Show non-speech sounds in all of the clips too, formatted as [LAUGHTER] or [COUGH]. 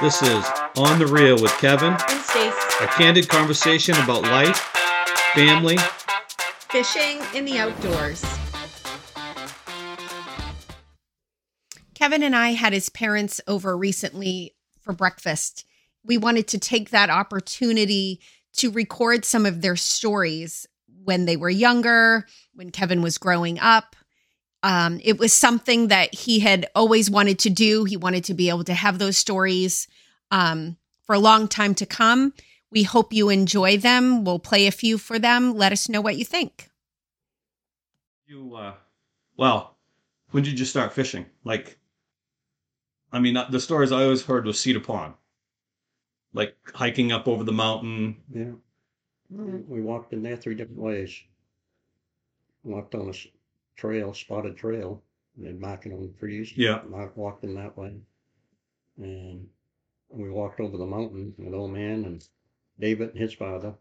This is On the Real with Kevin, And Stace a candid conversation about life, family, fishing in the outdoors. Kevin and I had his parents over recently for breakfast. We wanted to take that opportunity to record some of their stories when they were younger, when Kevin was growing up. Um, it was something that he had always wanted to do. He wanted to be able to have those stories um, for a long time to come. We hope you enjoy them. We'll play a few for them. Let us know what you think. You, uh, well, when did you start fishing? Like, I mean, uh, the stories I always heard was Cedar Pond, like hiking up over the mountain. Yeah. We walked in there three different ways. Walked on a s- trail, spotted trail, and then marking on the trees. Yeah. Mark walked in that way. And we walked over the mountain with old man and David and his father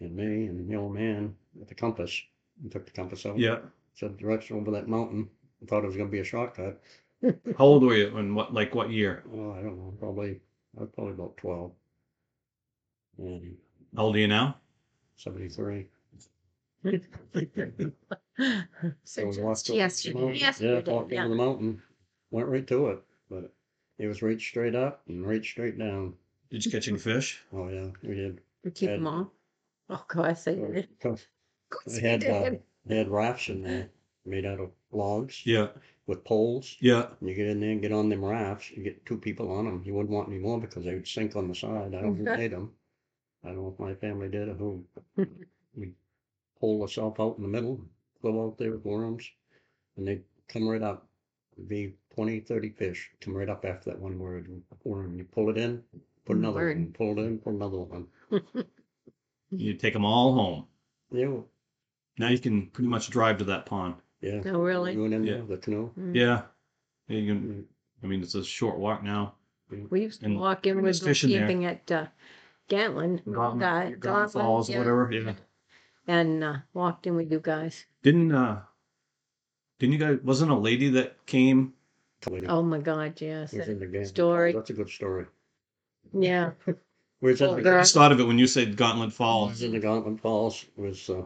and me and the old man with the compass. We took the compass out. Yeah. Said direction over that mountain. I thought it was gonna be a shortcut. How old were you and what, like, what year? Oh, I don't know, probably, I was probably about twelve. And How old are you now? seventy-three. [GASPS] So we just walked up the yesterday. mountain. Yesterday. Yeah, walked yeah. over the mountain, went right to it, but it was right straight up and right straight down. Did you catch any fish? Oh yeah, we did. We keep and- them all. Oh, Of course, I did. So, Of course [LAUGHS] They we had, uh, did. they had rafts in there made out of logs Yeah. with poles. Yeah. And you get in there and get on them rafts. You get two people on them. You wouldn't want any more because they would sink on the side. I [LAUGHS] don't think they did them. I don't know if my family did or who. we pulled ourselves out in the middle, go out there with worms, and they come right up. It'd be 20, 30 fish come right up after that one word worm. You pull it in, put Mm, another word. one, pull it in, put another one. You take them all home. Yeah, well, Now you can pretty much drive to that pond. yeah. No, Oh, really. You went in Yeah. there with the canoe. Mm. Yeah. Yeah, You can, Mm, I mean, it's a short walk now. We used to And walk in there's with fish in there. camping at uh, Gatlin, Gauntlet- Ga- Gauntlet Gauntlet, Falls, yeah, whatever. Yeah. and uh, walked in with you guys. Didn't uh didn't you guys wasn't a lady that came totally. Oh my God, yes. It was in the game. story. That's a good story. Yeah. Where's that? Well, again? I there- just thought of it when you said Gauntlet I was Falls. in the Gauntlet Falls was uh,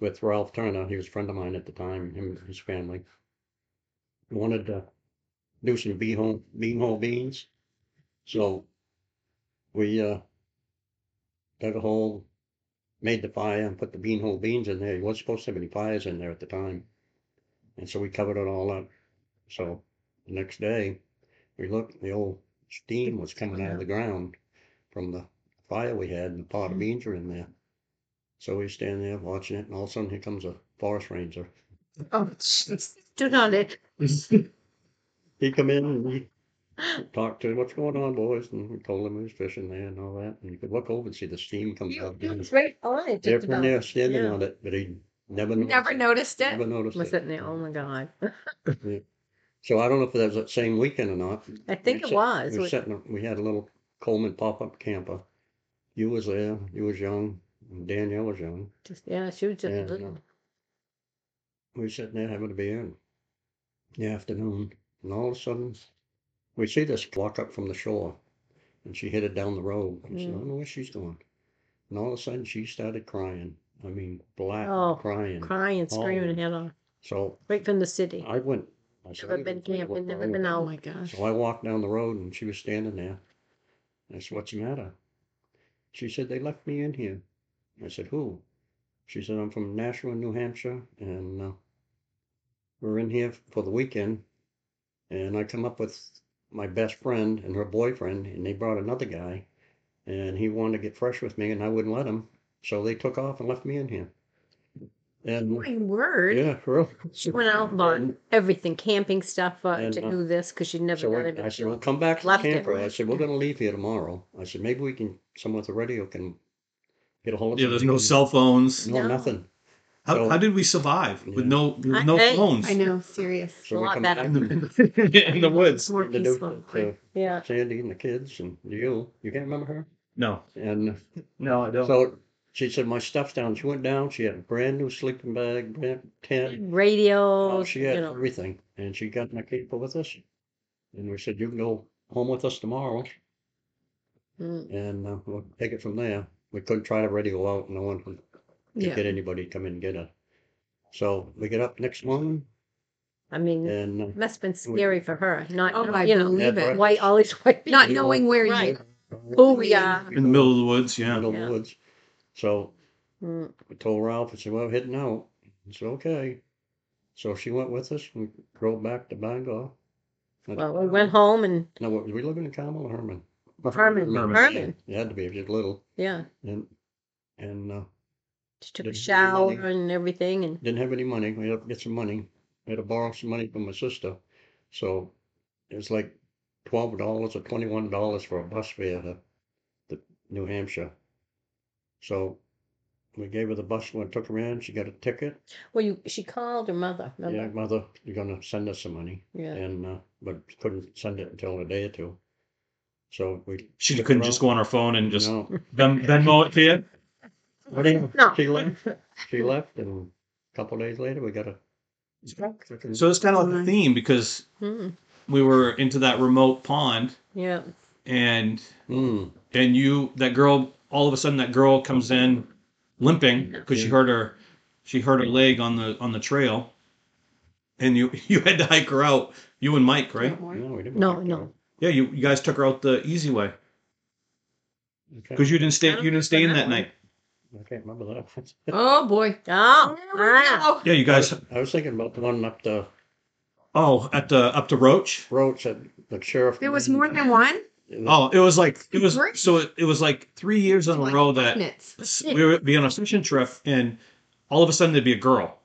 with Ralph Turner. He was a friend of mine at the time. Him and his family He wanted to do some beehole beanhole beans, so we uh, dug a hole, made the fire, and put the beanhole beans in there. You weren't supposed to have any fires in there at the time, and so we covered it all up. So the next day, we looked. The old steam was coming out of the ground from the fire we had, and the pot of Mhm. beans were in there. So we stand there watching it, and all of a sudden here comes a forest ranger. Oh, stood on it. He come in and he talked to him, what's going on, boys? And we told him he was fishing there and all that. And you could look over and see the steam comes You, out. you was right on it. Oh, They're Just from about. there standing yeah. on it, but he never Never noticed it. noticed it. Never noticed Was it. sitting there. Oh my God. [LAUGHS] So I don't know if that was that same weekend or not. I think We it sit- was. We, were We- sitting, we had a little Coleman pop-up camper. You was there, you was young, and Danielle was young. Just, yeah, she was just Yeah, little. we were sitting there having a beer in the afternoon, and all of a sudden, we see this walk up from the shore, and she headed down the road. And said, I Mm. don't know where she's going. And all of a sudden, she started crying. I mean, black Oh, crying. [LAUGHS] crying, Oh. screaming, head on. So Right from the city. I went. I Never been camping, never been out. Oh my gosh. So I walked down the road, and she was standing there. I said, "What's the matter?" She said, "They left me in here." I said, "Who?" She said, "I'm from Nashua, New Hampshire, and uh, we're in here for the weekend, and I come up with my best friend and her boyfriend, and they brought another guy, and he wanted to get fresh with me, and I wouldn't let him, so they took off and left me in here." And My word. yeah, [LAUGHS] really. She went out and bought And- everything, camping stuff uh, And, to uh, do this because she'd never So done we- it. I said, before. well, come back to the Left it, camper. I right? said, we're gonna leave here tomorrow. I said, maybe we can, someone with the radio can get a hold of. Yeah, there's somebody no and-" cell phones. No, No. nothing. How, So- how did we survive with Yeah. no with I- no I- phones I know, serious. So a we lot come better. back in [LAUGHS] to the [LAUGHS] in the woods? More the new- peaceful. to Yeah. Sandy and the kids and you, you can't remember her? No, And no, I don't. so she said, my stuff's down. She went down, she had a brand new sleeping bag, brand tent. Radio. Oh, she had you know. everything. And she got in the camper with us. And we said, you can go home with us tomorrow Mm, and uh, we'll take it from there. We couldn't try to radio out, no one could Yeah. get anybody to come in and get us. So we get up next morning I mean, it and uh, must have been scary for her. Not, Oh, I you know, believe Yeah, it. white, all these [LAUGHS] white people. [LAUGHS] Not You know, knowing where right. you. Oh, yeah. in the middle of the woods. Yeah. middle of the Yeah. woods. So Mm, I told Ralph, I said, well, I'm heading out. He said, okay. So she went with us. We drove back to Bangor. And- Well, we went home and No, what- were we living in Carmel or Herman? Herman, Herman. Herman, It had to be, if you're little. yeah, And, and uh, just took a Didn't do shower anything. and everything and didn't have any money. We had to get some money. We had to borrow some money from my sister. So it was like twelve dollars or twenty-one dollars for a bus fare to, to New Hampshire. So we gave her the bus one, took her in. She got a ticket. well, you she called her mother. Yeah, Remember? mother, you're gonna send us some money, Yeah, and uh, but couldn't send it until a day or two. So we. She took couldn't her just out. go on her phone and just [LAUGHS] No. Ven- Venmo it to you. No. She [LAUGHS] left. She left, and a couple days later, we got a. frickin' So it's kind of like a theme because Mm, we were into that remote pond yeah, and Mm, and you that girl all of a sudden that girl comes in limping because she Yeah. hurt her she hurt her leg on the on the trail and you [LAUGHS] you had to hike her out you and mike right no, we didn't. No, like no. that. yeah you, you guys took her out the easy way Okay. because you didn't stay I don't you didn't stay in that remember night I can't remember that. [LAUGHS] [LAUGHS] Oh boy. oh, ah, Oh, yeah you guys I was thinking about the one up the oh at the up to roach roach at the sheriff. there was more than one. [LAUGHS] oh it was like it was Great. so it, it was like three years in a Like row that magnets. s- we would be on a fishing trip and all of a sudden there'd be a girl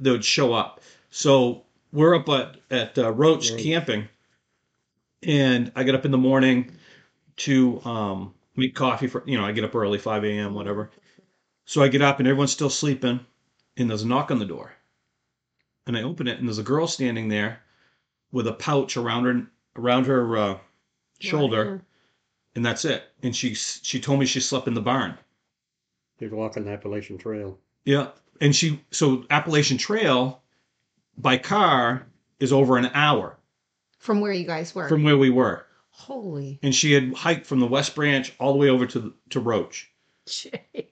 that would show up so we're up at, at uh, roach Roach. camping and i get up in the morning to um, make coffee for you know i get up early 5 a.m whatever so i get up and everyone's still sleeping and there's a knock on the door and i open it and there's a girl standing there with a pouch around her around her uh, shoulder Oh, and that's it and she s- she told me she slept in the barn Oh. You'd walk on the Appalachian Trail. Yeah. And she, so Appalachian Trail by car is over an hour From where you guys were. from where we were. Holy. And she had hiked from the West Branch all the way over to, to Roach Jeez.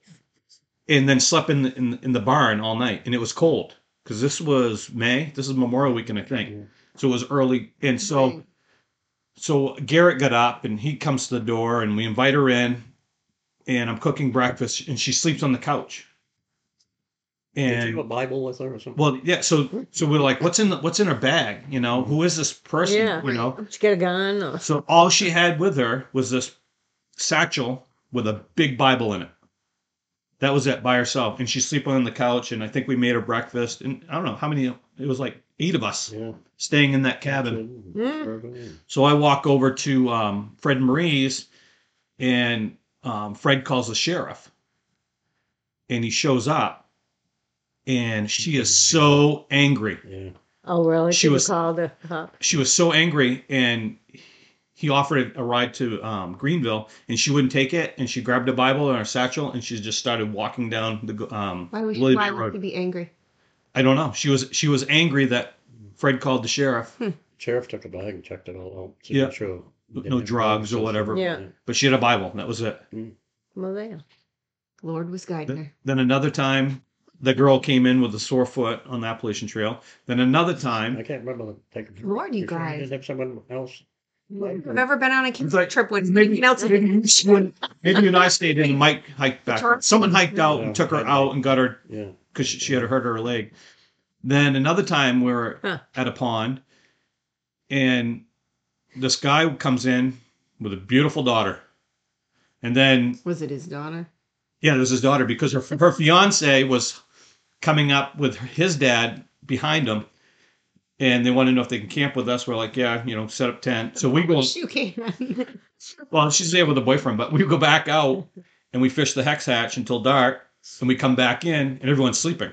and then slept in, the- in, in the barn all night. And it was cold because this was May. This is Memorial Weekend, I think. Yeah. So it was early. And so, Right. so Garrett got up and he comes to the door and we invite her in and I'm cooking breakfast and she sleeps on the couch. Did And you have a Bible with her or something? Well, yeah. So, so we're like, what's in the, what's in her bag? You know, who is this person? Yeah. You know. Did you get a gun? Or, So all she had with her was this satchel with a big Bible in it. That was it by herself, and she's sleeping on the couch. And I think we made her breakfast. And I don't know how many. It was like eight of us yeah. staying in that cabin. Mm. Urban. So I walk over to um, Fred and Marie's, and um, Fred calls the sheriff, and he shows up, and she is so angry. Yeah. oh, really? She People was- called her. huh? she was so angry and he offered a ride to um, Greenville and she wouldn't take it and she grabbed a Bible and her satchel and she just started walking down the um, Why would Willoughby why would Road. you be angry? I don't know. She was she was angry that Fred called the sheriff, Hmm. Sheriff took a bag and checked it all out. So Yeah. yeah. Sure. No Didn't have drugs or drugs whatever. Yeah. but she had a Bible. and That was it. Well, there. Lord was guiding her. Then another time, the girl came in with a sore foot on the Appalachian Trail. Then another I time, can't remember the take. Lord, you sure guys. Didn't have someone else. If I've ever been on a camping like- trip with maybe- [LAUGHS] anything else. maybe you should- maybe you and I stayed in. and Mike hiked Sure. back. Someone hiked out Yeah. and took her out and got her Yeah. because she, she had hurt her leg. Then another time we were Huh. at a pond, and this guy comes in with a beautiful daughter, and then Was it his daughter? yeah, there's his daughter because her her fiance was coming up with his dad behind him, and they want to know if they can camp with us. We're like, yeah, you know, set up tent. So we go. You [LAUGHS] can. Well, she's there with a boyfriend, but we go back out and we fish the hex hatch until dark, and we come back in and everyone's sleeping.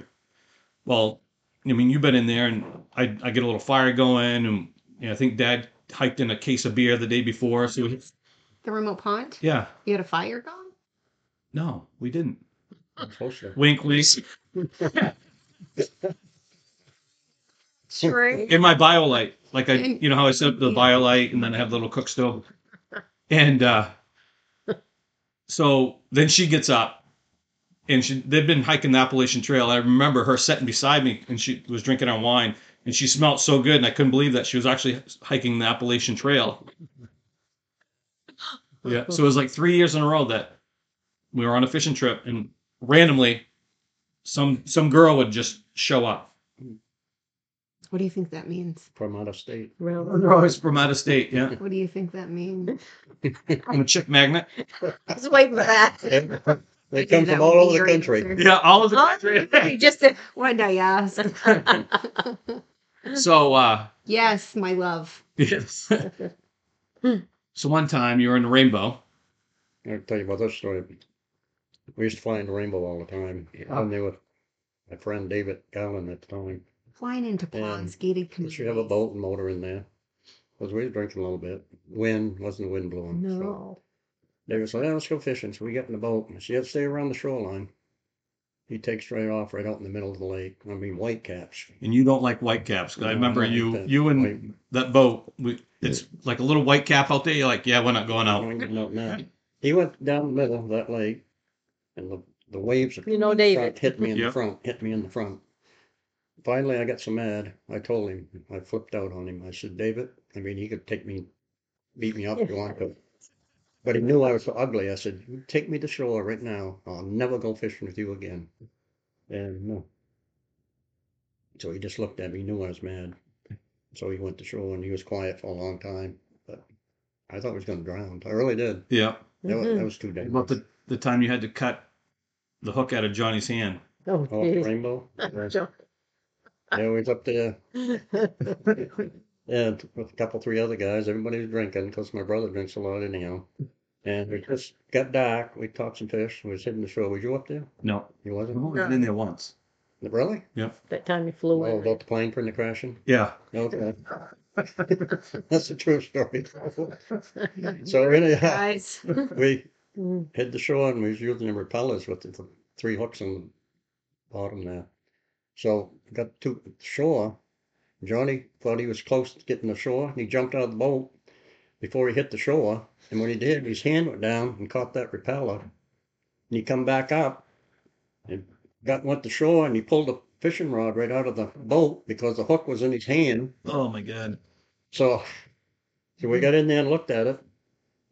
Well, I mean, you've been in there, and I, I get a little fire going, and you know, I think Dad hiked in a case of beer the day before. So he- the remote pond? yeah, You had a fire going? no, we didn't. I'm supposed to. Wink, wink. True. in my biolite. Like I, And- you know how I set up the biolite and then I have the little cook stove. And uh, so then she gets up and she, they've been hiking the Appalachian Trail. I remember her sitting beside me and she was drinking our wine and she smelled so good. And I couldn't believe that she was actually hiking the Appalachian Trail. Yeah. So it was like three years in a row that we were on a fishing trip and randomly some some girl would just show up What do you think that means? from out of state. [LAUGHS] [LAUGHS] They're Railroad. always from out of state, Hmm. yeah. What do you think [LAUGHS] that means? I'm a chick magnet. I was waiting for [LAUGHS] that. They Okay, come that from all would over the be your country. [LAUGHS] answer. Yeah, all of the Oh, country. you just did. What I ask? so, uh, yes, my love. yes. [LAUGHS] so one time you were in the rainbow. I'll tell you about this story. We used to fly in the rainbow all the time. Oh. I knew with my friend David Allen at the time. Flying into Yeah. ponds, gated We communities. should have a boat and motor in there. Because we were drinking a little bit. Wind, wasn't the wind blowing. so- No. David said, "Yeah, let's go fishing. So we get in the boat. and She had to stay around the shoreline. He takes right off right out in the middle of the lake. I mean, white caps. And you don't like white caps. 'cause I No, remember don't you, like that. you and White- that boat. We, it's like a little white cap out there. You're like, yeah, we're not going I out. don't even know now. He went down the middle of that lake, and the, the waves You know, front David. hit me in Yeah. the front, hit me in the front. Finally, I got so mad, I told him, I flipped out on him. I said, David, I mean, he could take me, beat me up if you want to. But he knew I was so ugly. I said, you take me to shore right now. I'll never go fishing with you again. And no. So he just looked at me, knew I was mad. So he went to shore and he was quiet for a long time. But I thought he was going to drown. I really did. Yeah. That was, Mhm. that was too dangerous. About the, the time you had to cut the hook out of Johnny's hand. [LAUGHS] Oh, Oh, [LAUGHS] geez. rainbow. Yeah, we was up there. And with a couple, three other guys, everybody was drinking because my brother drinks a lot anyhow. And we just got dark. We caught some fish. We was hitting the shore. Was you up there? No, You I've wasn't? only been in there once. Really? that time you flew Oh, in. about the plane from the crashing? Yeah. Okay. [LAUGHS] That's a true story. So anyhow, Guys, we Mm. hit the shore and we was using the repellers with the th- three hooks on the bottom there. So got to shore. Johnny thought he was close to getting ashore and he jumped out of the boat before he hit the shore. And when he did, his hand went down and caught that repeller. And he come back up and got went to shore and he pulled a fishing rod right out of the boat because the hook was in his hand. Oh my God. So, so we got in there and looked at it,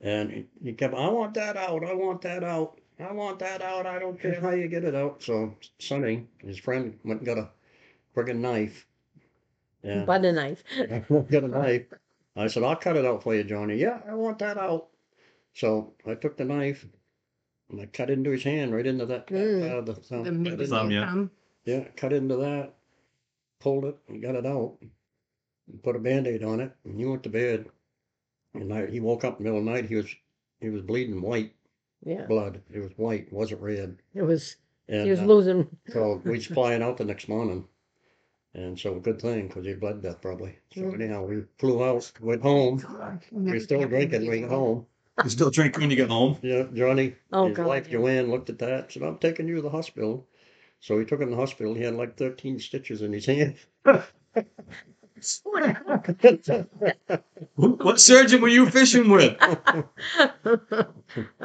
and he- he kept, I want that out, I want that out, I want that out, I don't care how you get it out. So Sonny, his friend, went and got a friggin' knife. Yeah, Butter knife. [LAUGHS] got a knife. I said, I'll cut it out for you, Johnny. Yeah, I want that out. So I took the knife and I cut into his hand, right into that, Mm. out of the thumb. the right middle into thumb, yeah. thumb. yeah, cut into that, pulled it, and got it out, and put a band-aid on it, and he went to bed. And I, he woke up in the middle of the night. He was he was bleeding white Yeah. blood. It was white, it wasn't red. It was, And he was uh, losing. so we was flying out the next morning. And so good thing because he had bled death probably. So Mm. anyhow, we flew out, went home. God, We never were still get drinking. We rid of got home. You still drink when you get [LAUGHS] home? Yeah, Johnny, Oh, his God. wife [LAUGHS] yeah. Joanne looked at that. Said, "I'm taking you to the hospital." So he took him to the hospital. He had like 13 stitches in his hand. [LAUGHS] Who- What surgeon were you fishing with? Uh-huh. All the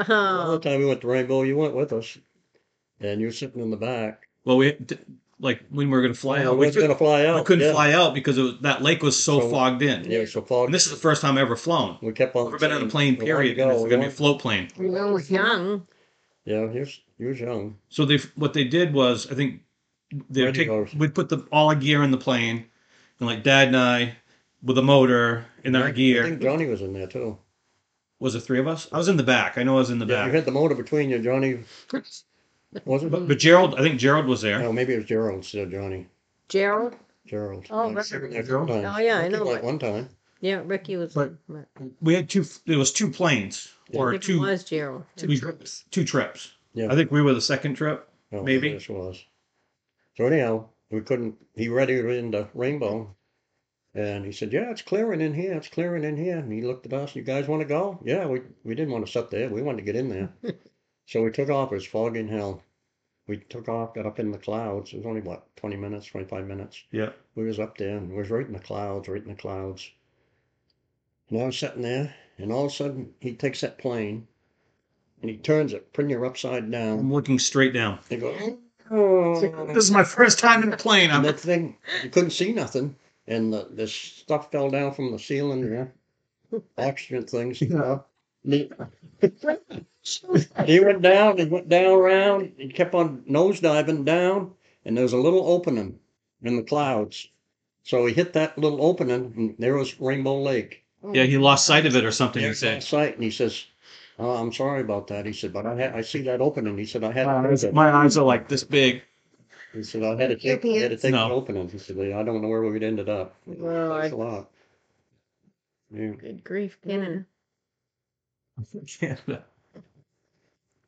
oh, time we went to Rainbow, you went with us, and you were sitting in the back. Well, we d- like when we were gonna fly I out, we, was going to fly out. we couldn't yeah. fly out because it was, that lake was so, So- fogged in. Yeah, so far And Oh, this is the first time I ever flown. we kept on. Never been on a saying, plane, "We wanna period. and go, It's we gonna be a wanna-" float plane. We I was young. Yeah, he was, he was young. So they what they did was I think they Ready take goes. we'd put the all our gear in the plane and like Dad and I with a motor in our I think gear. Johnny was in there too. Was it three of us? I was in the back. I know I was in the Yeah, you back. had the motor between you, Johnny. Wasn't But, but Gerald, I think Gerald was there. No, maybe it was Gerald instead of Johnny. Gerald? Gerald. Oh, Like, right. seven or eight Gerald? times. Oh, yeah, I think know, Like but- one time. Yeah, Ricky was. But- but We had two. There was two planes or it two was Gerald. two trips. Two trips. Yeah. I think we were the second trip. No, Maybe. This Oh, was. So anyhow, we couldn't, he readied into Rainbow. And he said, yeah, it's clearing in here. It's clearing in here. And he looked at us, you guys want to go? Yeah, we, we didn't want to sit there. We wanted to get in there. so we took off. It was foggy in hell. we took off, got up in the clouds. It was only what, 20 minutes, 25 minutes. Yeah. We was up there and we was right in the clouds, right in the clouds. And I was sitting there, and all of a sudden he takes that plane and he turns it pretty near upside I'm down. looking straight down. And goes, oh. This is my first time in a plane. And I'm that thing, you couldn't see nothing, and the, this stuff fell down from the ceiling, yeah. oxygen things. Yeah. he he went down and went down around and kept on nose diving down, and there was a little opening in the clouds. So he hit that little opening, and there was Rainbow Lake. yeah, he lost sight of it or something. He There's said, that Sight, and he says, "Oh, I'm sorry about that." He said, "But I ha- I see that opening." He said, "I had to take it." "My eyes are like this big." He said, I had to Your take, I had to pants. take No. the opening. He said, I don't know where we'd ended up. Well, Thanks I- a lot. Yeah. Good grief, Canada. Canada.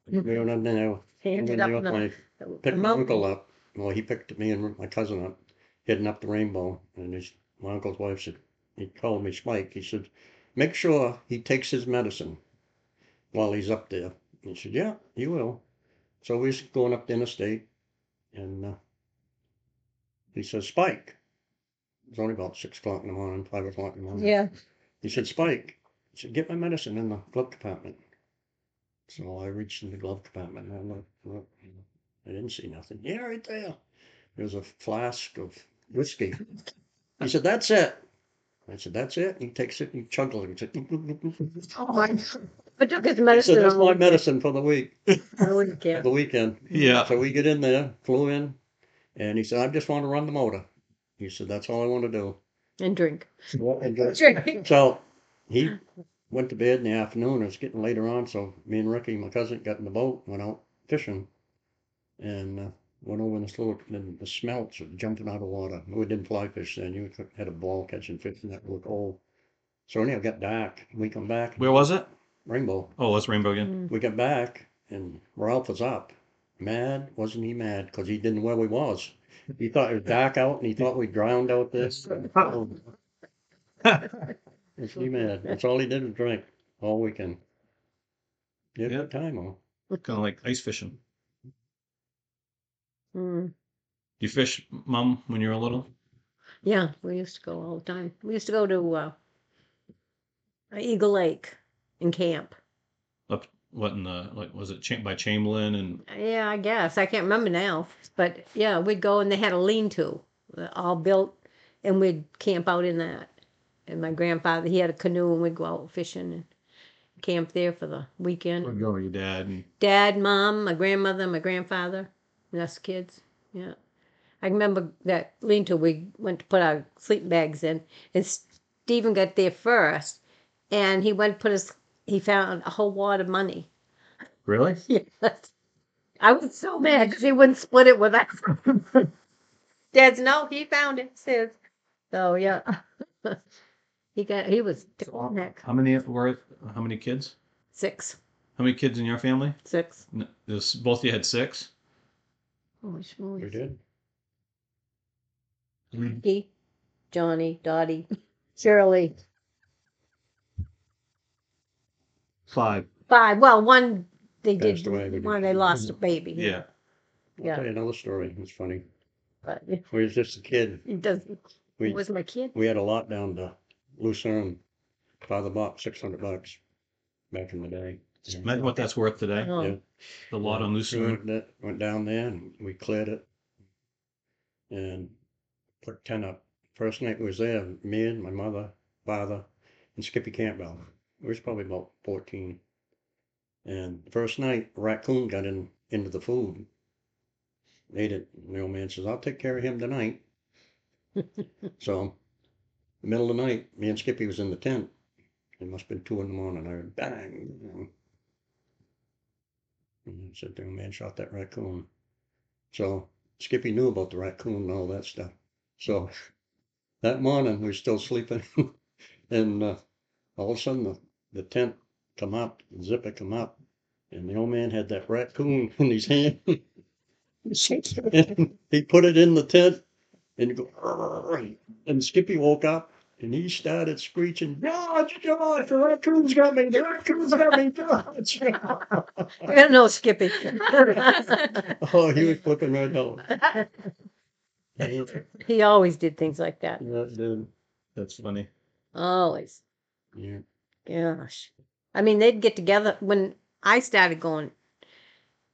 We don't have now. He I'm Mm-hmm. ended gonna up do it in the, when I the- the Picked my mountain. uncle uh, up. Well, he picked me and my cousin up, heading up the rainbow. And his, my uncle's wife said, he called me Spike. He said, make sure he takes his medicine while he's up there. He said, yeah, he will. So we was going up the interstate, and uh, he says, Spike. It was only about six o'clock in the morning, five o'clock in the morning. Yeah. He said, Spike, he said, get my medicine in the glove compartment. So I reached in the glove compartment and I looked, looked and I didn't see nothing. Yeah, right there. There was a flask of whiskey. He said, That's it. I said, That's it. And he takes it and he chuckles. He said, Oh, I But took his he said, medicine. That's all my the- medicine for the week, I wouldn't [LAUGHS] care. the weekend. Yeah. So we get in there, flew in, and he said, I just want to run the motor. He said, That's all I want to do. And drink. And that's- Drink. So he went to bed in the afternoon. It was getting later on, so me and Ricky, my cousin, got in the boat, went out fishing, and uh, went over in this little and the smelts were jumping out of water. We didn't fly fish then. You could- had a ball catching fish in that little old. So anyhow, it got dark. We come back. Where was it? Rainbow. Oh, it's Rainbow again. [LAUGHS] Mm. We got back, and Ralph was up. Mad? Wasn't he mad? Because he didn't know where we was. He thought it was dark out, and he thought we drowned out [LAUGHS] this. [LAUGHS] Is he mad? That's all he did was drink all weekend. He had a good time, huh? Kind of like ice fishing. Mm. You fish, Mum, when you were little. Yeah, we used to go all the time. We used to go to uh, Eagle Lake and camp. Up what in the like was it Cham- by Chamberlain and Yeah, I guess. I can't remember now. But yeah, we'd go and they had a lean to all built and we'd camp out in that. And my grandfather, he had a canoe and we'd go out fishing and camp there for the Where'd weekend. go with your dad and Dad, mom, my grandmother, my grandfather, and us kids. Yeah. I remember that lean to we went to put our sleeping bags in and Stephen got there first and he went put his, he found a whole wad of money. [LAUGHS] really Yes. I was so mad because he wouldn't split it with us. [LAUGHS] Dad's no, he found it, says. So yeah. [LAUGHS] he got he was tickled neck. how many were how many kids? Six. How many kids in your family? Six. N- This both of you had six. Holy We smokes. did. Ricky, Johnny, Dottie, [LAUGHS] Shirley. Five. Five. Well, one they Passed did away, they did. one they lost a baby. Yeah. I'll tell Yeah. you another story. It's funny. But it We was just a kid. doesn't We it was my kid. we had a lot down to Lucerne, by the box, six hundred bucks, back in the day. Imagine what that's worth today. Oh. Yeah. The lot on We Lucerne. went that- Went down there and we cleared it. And put ten up. First night we was there, me and my mother, father, and Skippy Campbell. We was probably about fourteen. And the first night a raccoon got in into the food. Ate it. And the old man says, I'll take care of him tonight. so middle of the night, me and Skippy was in the tent. It must have been two in the morning. I heard bang. you know. And I said, the man shot that raccoon. So Skippy knew about the raccoon and all that stuff. So that morning, we were still sleeping. [LAUGHS] and uh, all of a sudden, the, the tent come up, the zipper come up, and the old man had that raccoon [LAUGHS] in his hand. and he put it in the tent and go, "Arr!" and Skippy woke up and he started screeching, George, George, the raccoons got me, the raccoons got me, George. [LAUGHS] I don't know, Skippy. [LAUGHS] oh, he was flipping right out. [LAUGHS] He- [LAUGHS] he always did things like that. that dude, That's funny. [LAUGHS] Always. yeah. Gosh. I mean, they'd get together when I started going.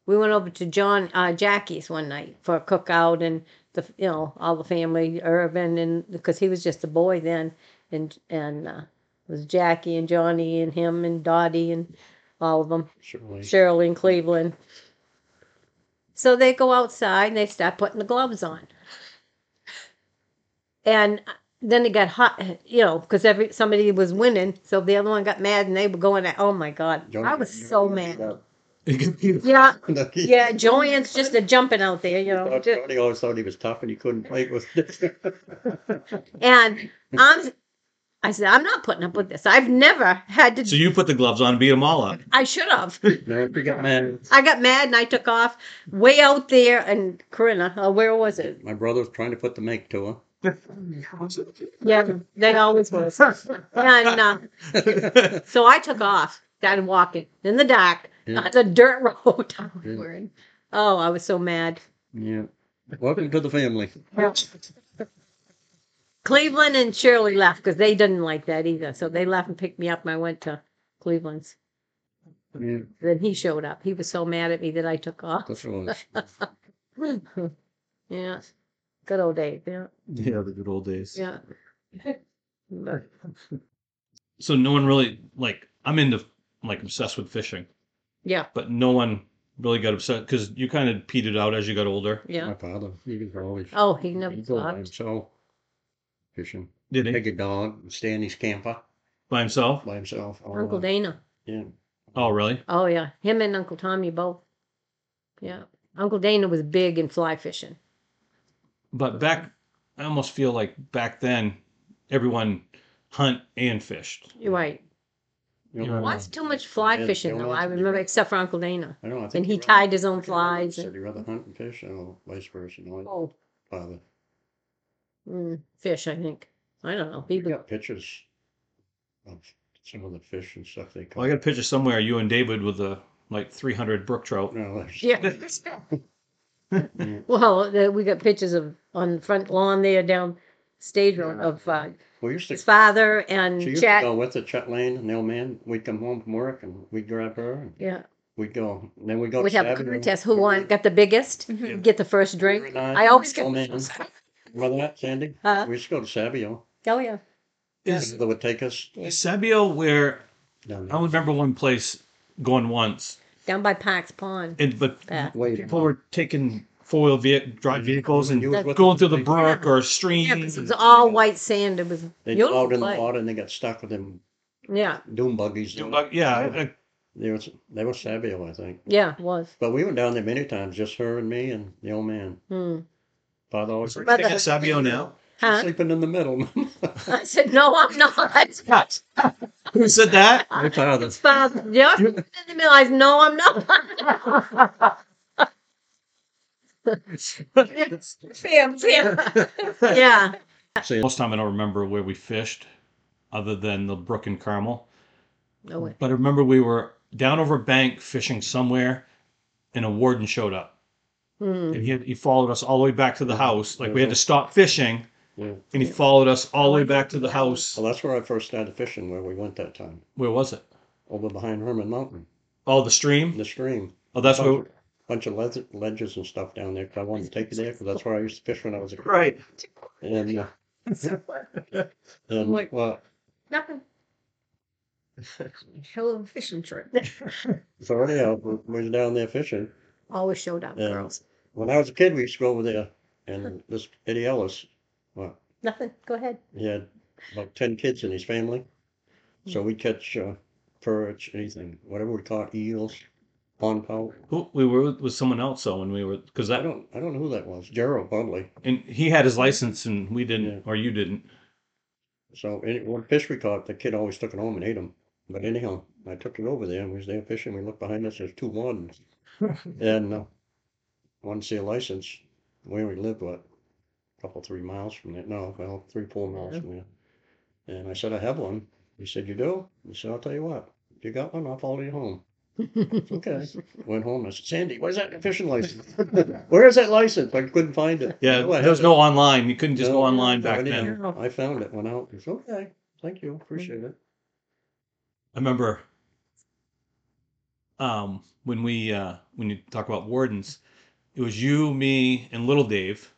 We went over to John uh, Jackie's one night for a cookout and the you know all the family Irvin and because he was just a boy then and and uh, it was Jackie and Johnny and him and Dottie and all of them Surely. Shirley in Cleveland. So they go outside and they start putting the gloves on. And then it got hot, you know, because every somebody was winning, so the other one got mad and they were going at, oh my god, Johnny I was got beat so up. [LAUGHS] mad. It could be Yeah, He- yeah, Joanne's just a jumping out there, you know. thought just- Johnny always thought he was tough and he couldn't fight [LAUGHS] with [LAUGHS] and I'm, I said, I'm not putting up with this. I've never had to. So you put the gloves on and beat them all up. I should have. No, he got mad. I got mad and I took off way out there. And Corinna, uh, where was it? My brother was trying to put the make to her. Yeah, they [LAUGHS] always was. And uh, [LAUGHS] so I took off, started walking in the dark, Yeah. on the dirt [LAUGHS] road. Yeah. Word. oh, I was so mad. Yeah. Welcome to the family. Cleveland and Shirley left because they didn't like that either. So they left and picked me up, and I went to Cleveland's. Yeah. Then he showed up. He was so mad at me that I took off. That's what it was. [LAUGHS] yeah, good old days. Yeah, Yeah, the good old days. [LAUGHS] yeah. So no one really like I'm into like obsessed with fishing, Yeah, but no one really got upset because you kind of petered out as you got older. [LAUGHS] yeah. My father, he was always Oh, he never he'd go by stopped. himself fishing. Did he Take a dog, and stay in his camper by himself? by himself. all Uncle night. Dana. Yeah. Oh, really? Oh yeah, him and Uncle Tommy both. Yeah, Uncle Dana was big in fly fishing. But back, I almost feel like back then, everyone hunt and fished. You're right. You Yeah. know, Well, What? that's too much fly Uh, Yeah, fishing they though. were I like- remember, except for Uncle Dana. I know. I think And he rather- tied his own I think he flies Said and- he rather hunt and fish, or vice versa. You know, like Oh, father. mm, fish. I think. I don't know. We He was- got pictures of some of the fish and stuff they caught. Well, I got a picture somewhere you and David with the like 300 brook trout. No, that's- Oh, Yeah. [LAUGHS] yeah. Well, the- we got pictures of on the front lawn there down stage road of uh, We used to his father She and used to Chet. go with the Chet Lane and the old man. We'd come home from work and we'd grab her and Yeah, we'd go. And then we'd go. we'd have a Saturday and contest. Who won? we- Got the biggest? Yeah. Get the first we were drink. nine, I always get. Old man. Remember that, Sandy? Huh? We used to go to Savio. Oh yeah. Is, They would take us is Sabio where down I there. remember one place going once, Down by Parks Pond. and but back. Wait, people were taking four wheel ve- drive vehicles You and was with going them. through the brook or stream. Yeah, 'cause it was all white sand. It was They beautiful plowed in the place. water and they got stuck with them Yeah, doom buggies. Doing like- yeah, uh, They was they were Savio, I think. yeah, it was. But we went down there many times, just her and me and the old man. Hmm. Father always Is said, there anything at Sabio now? "You're Huh? sleeping in the middle. [LAUGHS] [LAUGHS] I said, no, I'm not. [LAUGHS] Who said that? My [LAUGHS] father. It's father. Yeah, in the middle. I said, no, I'm [LAUGHS] not. Bam, bam. yeah, Say, Most time I don't remember where we fished, other than the brook and Carmel. [LAUGHS] no way. But I remember we were down over a bank fishing somewhere, and a warden showed up, Hmm. and he had, he followed us all the way back to the house. Like we had to stop fishing, Yeah. and he followed us all the way back to the house. Well, that's where I first started fishing, where we went that time, Where was it? over behind Herman Mountain, Oh, the in stream. the stream. Oh, that's where. Bunch of ledge- ledges and stuff down there. 'cause I wanted to take you there because that's where I used to fish when I was a kid. Right. And, uh, and Like- well, [LAUGHS] [LAUGHS] Nothing. Hell of a fishing trip. so anyhow, we we was down there fishing. Always showed up, Yeah. girls. When I was a kid, we used to go over there, and this Eddie Ellis, well, Nothing. Go ahead. he had about ten kids in his family, so we'd catch uh, perch, anything, whatever we caught, eels, pond pout. Who, we were with someone else though when we were because I that don't, I don't know who that was. Gerald Budley. and he had his license and we didn't Yeah. or you didn't. So any one fish we caught, the kid always took it home and ate them. But anyhow, I took it over there and we was there fishing. We looked behind us, there's two wardens. and uh, wanted to see a license. Where we lived, what, a couple, three miles from there? No, well, three, four miles Yeah. from there. And I said, I have one. He said, You do? He said, I'll tell you what. If you got one, I'll follow you home. Okay. Went home. I said, Sandy, where's that fishing license? [LAUGHS] Where is that license? I couldn't find it. Yeah, No, I there's had no online. You couldn't just No, go online no, Oh, I back didn't. then. No. I found it, went out. It's okay. Thank you. Appreciate it. I remember um, when we uh, when you talk about wardens, it was you, me, and little Dave.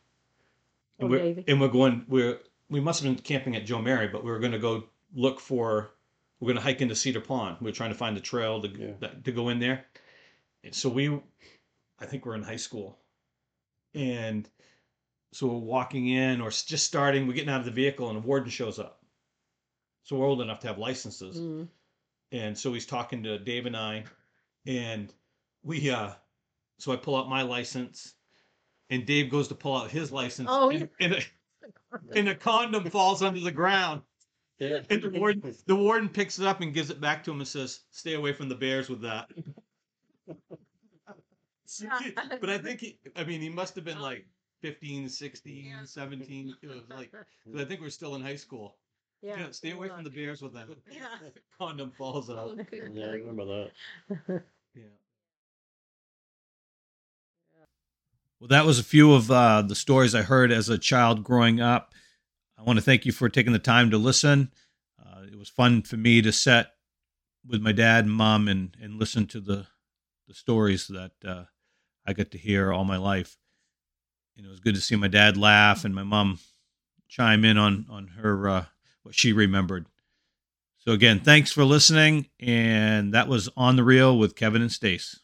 Oh, And we're, [LAUGHS] Davey. and we're going. We're we must have been camping at Joe Mary, but we were going to go look for. We're going to hike into Cedar Pond. We were trying to find the trail to Yeah. that, to go in there. And so we, I think we're in high school, and so we're walking in or s- just starting. We're getting out of the vehicle, and a warden shows up. So we're old enough to have licenses Mm. and so he's talking to Dave and I, and we uh, so I pull out my license, and Dave goes to pull out his license, Oh, and, and, a, and a condom falls under the ground, Yeah. and the [LAUGHS] warden the warden picks it up and gives it back to him and says, "Stay away from the bears with [LAUGHS] that." but I think he, I mean he must have Oh. been like 15, 16, 17. It was like 'cause I think we're still in high school. [LAUGHS] yeah. Yeah, stay away [LAUGHS] from the bears with that. Yeah. [LAUGHS] Condom falls out. Yeah, I remember that. Yeah. Well, that was a few of uh, the stories I heard as a child growing up. I want to thank you for taking the time to listen. Uh, it was fun for me to sit with my dad and mom and, and listen to the, the stories that uh, I got to hear all my life. And it was good to see my dad laugh and my mom chime in on, on her uh, what she remembered. So again, thanks for listening. And that was On the Real with Kevin and Stace.